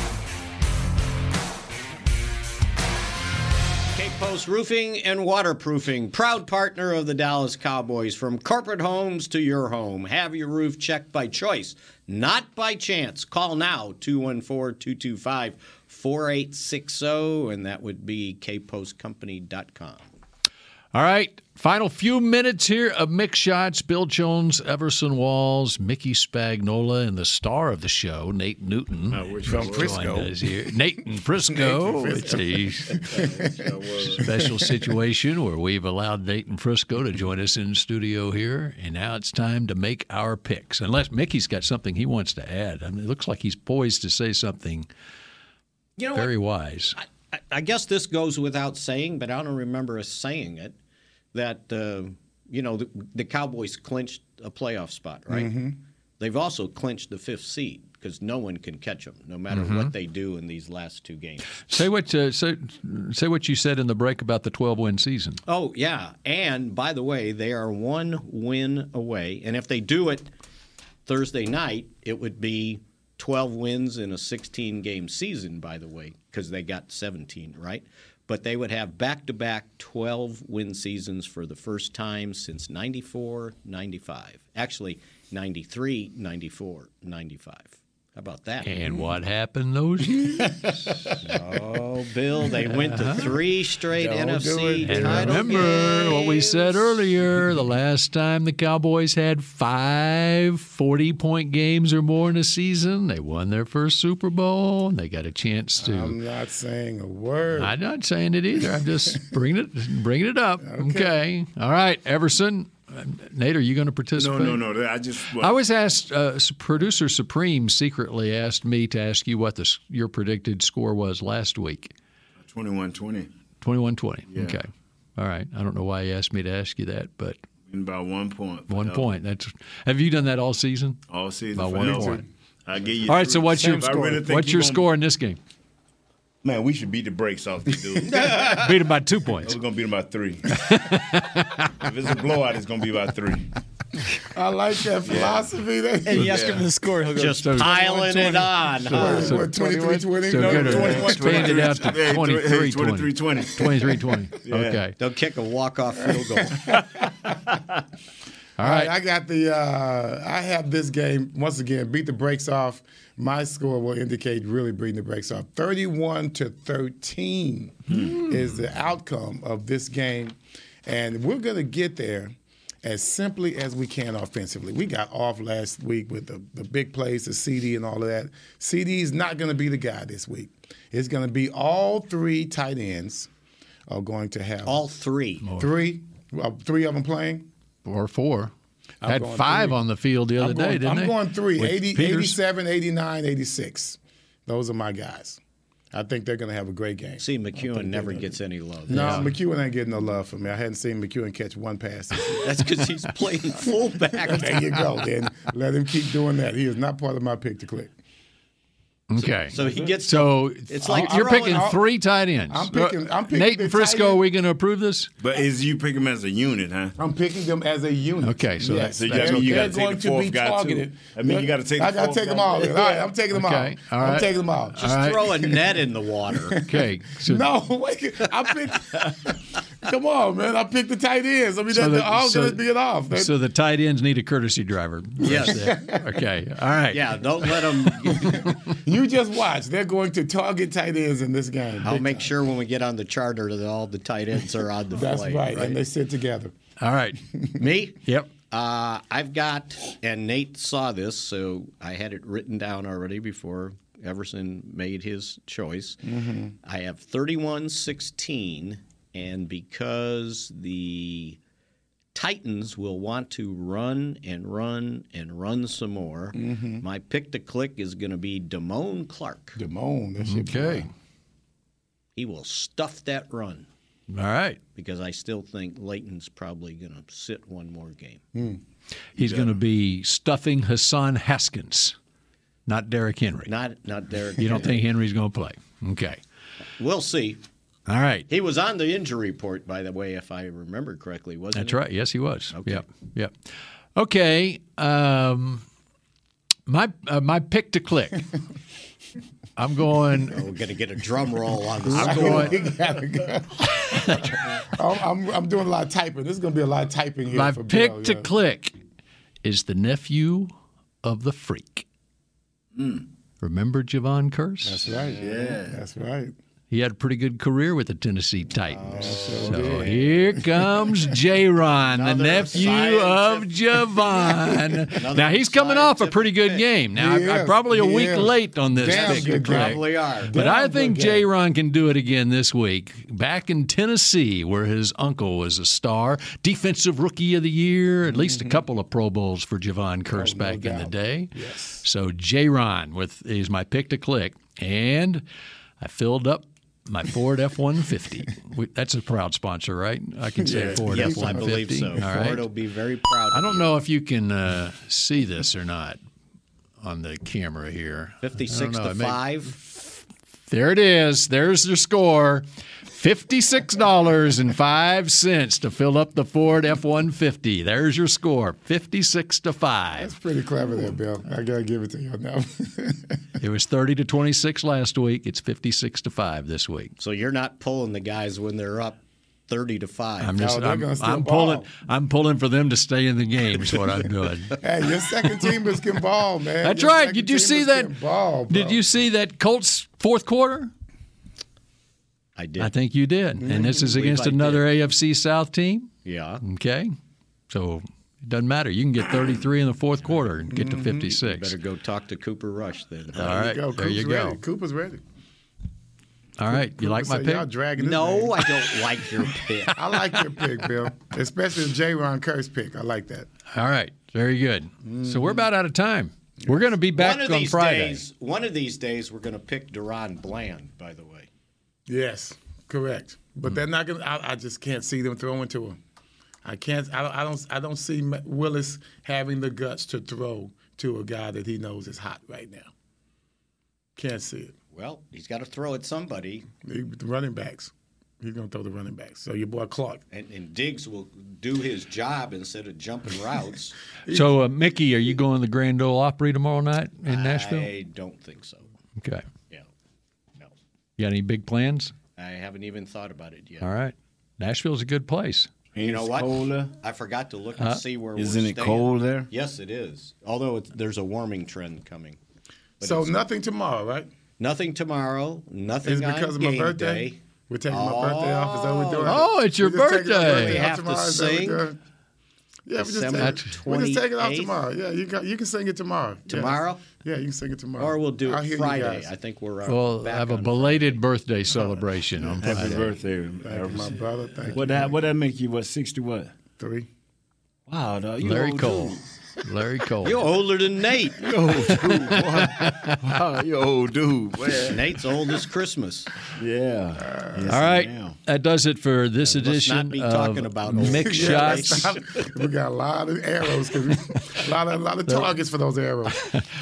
S3: Cape Post Roofing and Waterproofing, proud partner of the Dallas Cowboys. From corporate homes to your home, have your roof checked by choice, not by chance. Call now 214 225 oh, 4860, and that would be kpostcompany.com.
S2: All right, final few minutes here of Mix Shots. Bill Jones, Everson Walls, Mickey Spagnola, and the star of the show, Nate Newton.
S4: from
S2: Joined
S4: Frisco.
S2: us here. Nate in Frisco.
S4: Nate in
S2: It's
S4: Frisco.
S2: a special situation where we've allowed Nate in Frisco to join us in studio here. And now it's time to make our picks. Unless Mickey's got something he wants to add. I mean, it looks like he's poised to say something
S3: You know what?
S2: very wise.
S3: I- I guess this goes without saying, but I don't remember us saying it that uh, you know the, the Cowboys clinched a playoff spot, right?
S4: Mhm.
S3: They've also clinched the fifth seed because no one can catch them, no matter
S2: Mhm.
S3: what they do in these last two games.
S2: Say what uh, say, say what you said in the break about the 12 win season.
S3: Oh yeah, and by the way, they are one win away, and if they do it Thursday night, it would be twelve wins in a sixteen game season. By the way, because they got seventeen right, but they would have back to back twelve win seasons for the first time since 94, 95. Actually, 93, 94, 95. How about that?
S2: And what happened those years?
S3: Oh, Bill, they went to three straight
S2: Don't do
S3: NFC
S2: And
S3: title
S2: remember what we said earlier the last time the Cowboys had five 40 point games or more in a season, they won their first Super Bowl and they got a chance to.
S4: I'm not saying a word.
S2: I'm not saying it either. I'm just bringing it, bringing it up. Okay. All right, Everson. uh, Nate, are you going to
S11: No,
S2: participate?
S11: no, no. Oh, that- I just.
S2: I was asked. Uh, s- producer Supreme secretly asked me to ask you what the, s- your predicted score was last week.
S11: 21 20.
S2: 21-20.
S11: Yeah.
S2: Okay. All right. I don't know why he asked me to ask you that, but
S11: Win by one point. for
S2: one
S11: L-
S2: point. That's. Have you done that all season?
S11: All season.
S2: By
S11: for
S2: one
S11: L-
S2: point.
S11: I give you.
S2: all right. So
S11: three.
S2: what's your
S11: I really think
S2: what's
S11: you
S2: your
S11: gonna-
S2: score in this game?
S11: Man, we should beat the brakes off the dude.
S2: Beat him by two points.
S11: We're gonna beat him by three. if it's a blowout, it's gonna be by three.
S4: I like that philosophy. That
S11: And you ask him the
S6: score, he'll
S11: go, Just piling it on, huh?
S4: What, what, 23, 20?
S2: So
S4: No,
S2: good.
S4: 21,
S2: Expand it out to
S11: Hey,
S2: 23
S11: 23, 20.
S2: 23 20.
S11: Yeah.
S2: Okay.
S3: They'll kick a walk-off field goal.
S2: All right.
S4: I got the. Uh, I have this game once again. Beat the brakes off. My score will indicate really beating the brakes off. Thirty-one to thirteen
S2: Hmm.
S4: is the outcome of this game, and we're gonna get there as simply as we can offensively. We got off last week with the, the big plays, the CD, and all of that. CD is not gonna be the guy this week. It's gonna be all three tight ends are going to have
S3: all three,
S4: three, uh, three of them playing.
S2: Or four.
S4: I'm
S2: Had
S4: going
S2: five
S4: three.
S2: on the field the other
S4: I'm
S2: day,
S4: going,
S2: didn't
S4: I'm
S2: they?
S4: going three,
S2: With
S4: 80,
S2: Peters.
S4: 87, 89, 86. Those are my guys. I think they're going to have a great game.
S3: See, McEwen never gets any love.
S4: No, McEwen ain't getting no love from me. I hadn't seen McEwen catch one pass. this year.
S3: That's because he's playing fullback.
S4: there you go. Then let him keep doing that. He is not part of my pick to click.
S2: Okay.
S3: So he gets.
S2: So
S3: It's like
S2: you're
S3: throwing
S2: picking
S3: all-
S2: three tight ends.
S4: I'm picking- I'm picking
S2: Nate
S4: the
S2: and Frisco.
S4: tight end.
S2: Are we going to approve this?
S11: But is you pick him as a unit, huh?
S4: I'm picking them as a unit.
S2: Okay, so
S4: yes,
S2: that's-
S11: So you
S2: that's
S11: gotta, you
S2: okay.
S11: gotta take the fourth guy too. I mean, you gotta take. The
S4: I got to
S11: fourth
S4: take them
S11: guy.
S4: all. then. All right, I'm taking them
S2: Okay,
S4: all.
S2: all
S4: I'm
S2: right.
S4: taking them all.
S2: All right.
S3: Throw a net in the water.
S2: Okay. So,
S4: No, wait, I picked. come on, man! I picked the tight ends. I mean,
S2: so
S4: that,
S2: the,
S4: they're all
S2: so-
S4: going to be it off. That-
S2: so the tight ends need a courtesy driver.
S4: Yes.
S2: okay. All right.
S3: Yeah, don't let him.
S4: You just watch. They're going to target tight ends in this game.
S3: I'll
S4: Big
S3: make sure when we get on the charter that all the tight ends are on the
S4: time. That's
S3: plane.
S4: right. And they sit together.
S2: All right.
S3: Me?
S2: Yep.
S3: Uh, I've got, and Nate saw this, so I had it written down already before Everson made his choice.
S4: Mhm.
S3: I have 31 16, and because the Titans will want to run and run and run some more,
S4: Mhm.
S3: my pick to click is going to be Damone Clark.
S4: Damone, that's your
S2: Okay.
S3: He will stuff that run
S2: All right.
S3: because I still think Leighton's probably going to sit one more game.
S2: He's going to be stuffing Hassan Haskins, not Derrick Henry.
S3: Not not Derek.
S2: You don't
S3: Henry.
S2: think Henry's going to play? Okay.
S3: We'll see.
S2: All right.
S3: He was on the injury report, by the way, if I remember correctly, wasn't
S2: That's
S3: he?
S2: right. Yes, he was.
S3: Okay.
S2: Yep. Yep. Okay. Um, my uh, my pick to click. I'm going.
S3: Oh, We're going to get a drum roll on this.
S2: I'm
S4: You
S2: going.
S4: gotta go. I'm, I'm, I'm doing a lot of typing. There's going to be a lot of typing here.
S2: My
S4: for
S2: pick
S4: Bill,
S2: to
S4: yeah.
S2: click is the nephew of the
S3: Hmm.
S2: freak. Remember Javon Curse?
S4: That's right. Yeah. That's right.
S2: He had a pretty good career with the Tennessee
S3: Oh,
S2: Titans. so here comes Jaron, the nephew of Javon. now he's coming off a pretty good game. Now
S3: He
S2: I- I'm
S3: is.
S2: probably a
S3: He
S2: week
S3: is.
S2: late on this
S3: Damn
S2: pick.
S3: good
S2: Greg.
S3: game. Probably are.
S2: But
S3: Damn
S2: I
S3: good
S2: think
S3: game.
S2: Jaron can do it again this week. Back in Tennessee, where his uncle was a star, defensive rookie of the year, at least a
S3: Mm-hmm.
S2: couple of Pro Bowls for
S3: Oh,
S2: Javon Curse back in the day. Yes. So Jaron with is my pick to click, and I filled up. My Ford F one fifty. That's a proud sponsor, right? I can say
S3: Yeah.
S2: Ford F
S3: Yes, I
S2: one
S3: believe
S2: fifty.
S3: so. Ford will be very proud.
S2: I don't know if you can uh, see this or not on the camera here. I don't
S3: 56
S2: know.
S3: to
S2: It may-
S3: 5.
S2: There it is. There's their score. $56.05 to fill up the Ford F-150. There's your score, 56 to 5.
S4: Pretty clever there, Bill. I gotta give it to you on that. one.
S2: It was 30 to 26 last week. It's 56 to 5 this week.
S3: So you're not pulling the guys when they're up 30 to 5.
S2: I'm just I'm, I'm pulling I'm pulling for them to stay in the game is what I'm doing.
S4: hey, your second teamers can ball, man.
S2: That's
S4: Your
S2: right.
S4: second
S2: Did you see
S4: teamers can
S2: that?
S4: Ball, bro.
S2: Did you see that Colts fourth quarter?
S3: I did.
S2: I think you did. And this is
S3: Mhm.
S2: against
S3: Believe I
S2: another AFC South team.
S3: Yeah.
S2: Okay. So it doesn't matter. You can get 33 in the fourth quarter and get to 56.
S3: Better go talk to Cooper Rush then.
S2: All right. There you
S4: Cooper's
S2: go.
S4: Ready. Cooper's ready.
S2: All right. You like my
S4: So
S2: pick?
S4: Y'all dragging his
S3: No,
S4: name.
S3: I don't like your pick.
S4: I like your pick, Bill. Especially the J. Ron Curse pick. I like that.
S2: All right. Very good. So we're about out of time. We're going to be back
S3: one of
S2: on
S3: these
S2: Friday.
S3: Days, one of these days, we're going to pick Duron Bland, by the way.
S4: Yes, correct.
S3: Mm.
S4: But they're not gonna. I, I just can't see them throwing to him. I can't. I don't. I don't. I don't see Ma- Willis having the guts to throw to a guy that he knows is hot right now. Can't see it.
S3: Well, he's got to throw at somebody,
S4: He- The running backs. He's gonna throw the running backs. So your boy Clark.
S3: and, and Diggs will do his job instead of jumping routes.
S2: So, uh, Mickey, are you going to the Grand Ole Opry tomorrow night in Nashville?
S3: I don't think so.
S2: Okay.
S3: Yeah. No.
S2: You got any big plans?
S3: I haven't even thought about it yet.
S2: All right. Nashville's a good place.
S3: You know
S11: It's
S3: what?
S11: colder.
S3: I forgot to look and
S2: Huh?
S3: see where
S11: Isn't
S3: we're
S11: it
S3: staying.
S11: cold there?
S3: Yes, it is. Although it's, there's a warming trend coming. But
S4: So
S3: it's-
S4: nothing tomorrow, right?
S3: Nothing tomorrow. Nothing
S4: Is it
S3: on
S4: because of my
S3: game
S4: birthday?
S3: Day.
S4: We're taking my birthday off. Is that what we're doing?
S2: Oh, it's your
S4: We're just taking our
S2: birthday.
S3: We
S4: off
S3: have to
S4: tomorrow. Is that what we're
S3: sing.
S4: doing? Yeah, we just,
S3: December
S4: take, we just take it off
S3: 28th?
S4: tomorrow. Yeah, you can, you can sing it tomorrow. Yes.
S3: Tomorrow?
S4: Yeah, you can sing it tomorrow.
S3: Or we'll do
S4: I'll hear
S3: it
S4: you
S3: Friday.
S4: guys.
S3: I think we're uh,
S2: Well,
S3: back
S2: have a
S3: on
S2: belated birthday celebration on Friday.
S11: Happy birthday,
S4: Thank you, my brother. Thank
S11: What
S4: you.
S11: that? What that make you? What sixty? What?
S4: Three.
S11: Wow, dog, you
S2: Larry
S11: old
S2: Cole.
S11: dude.
S2: Larry Cole.
S3: You're older than Nate.
S11: You old dude. boy. wow, you old dude. man.
S3: Nate's old as Christmas.
S11: Yeah. Yes,
S2: All right.
S11: I am.
S2: That does it for this
S3: let's
S2: edition
S3: not be
S2: of
S3: talking about old
S2: Mix
S3: people.
S4: Yeah,
S2: Shots.
S4: that's not- we got a lot of arrows, 'cause we- a lot of a lot of targets for those arrows.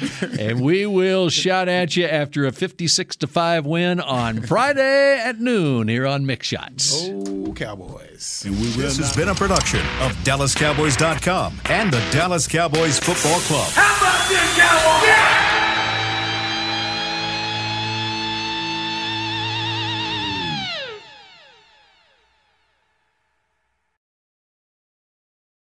S2: and we will shout at you after a 56 to 5 win on Friday at noon here on Mix Shots.
S4: Oh, Cowboys!
S1: This has been a production of DallasCowboys.com and the Dallas Cowboys Football Club.
S14: How about this, Cowboys? Yeah!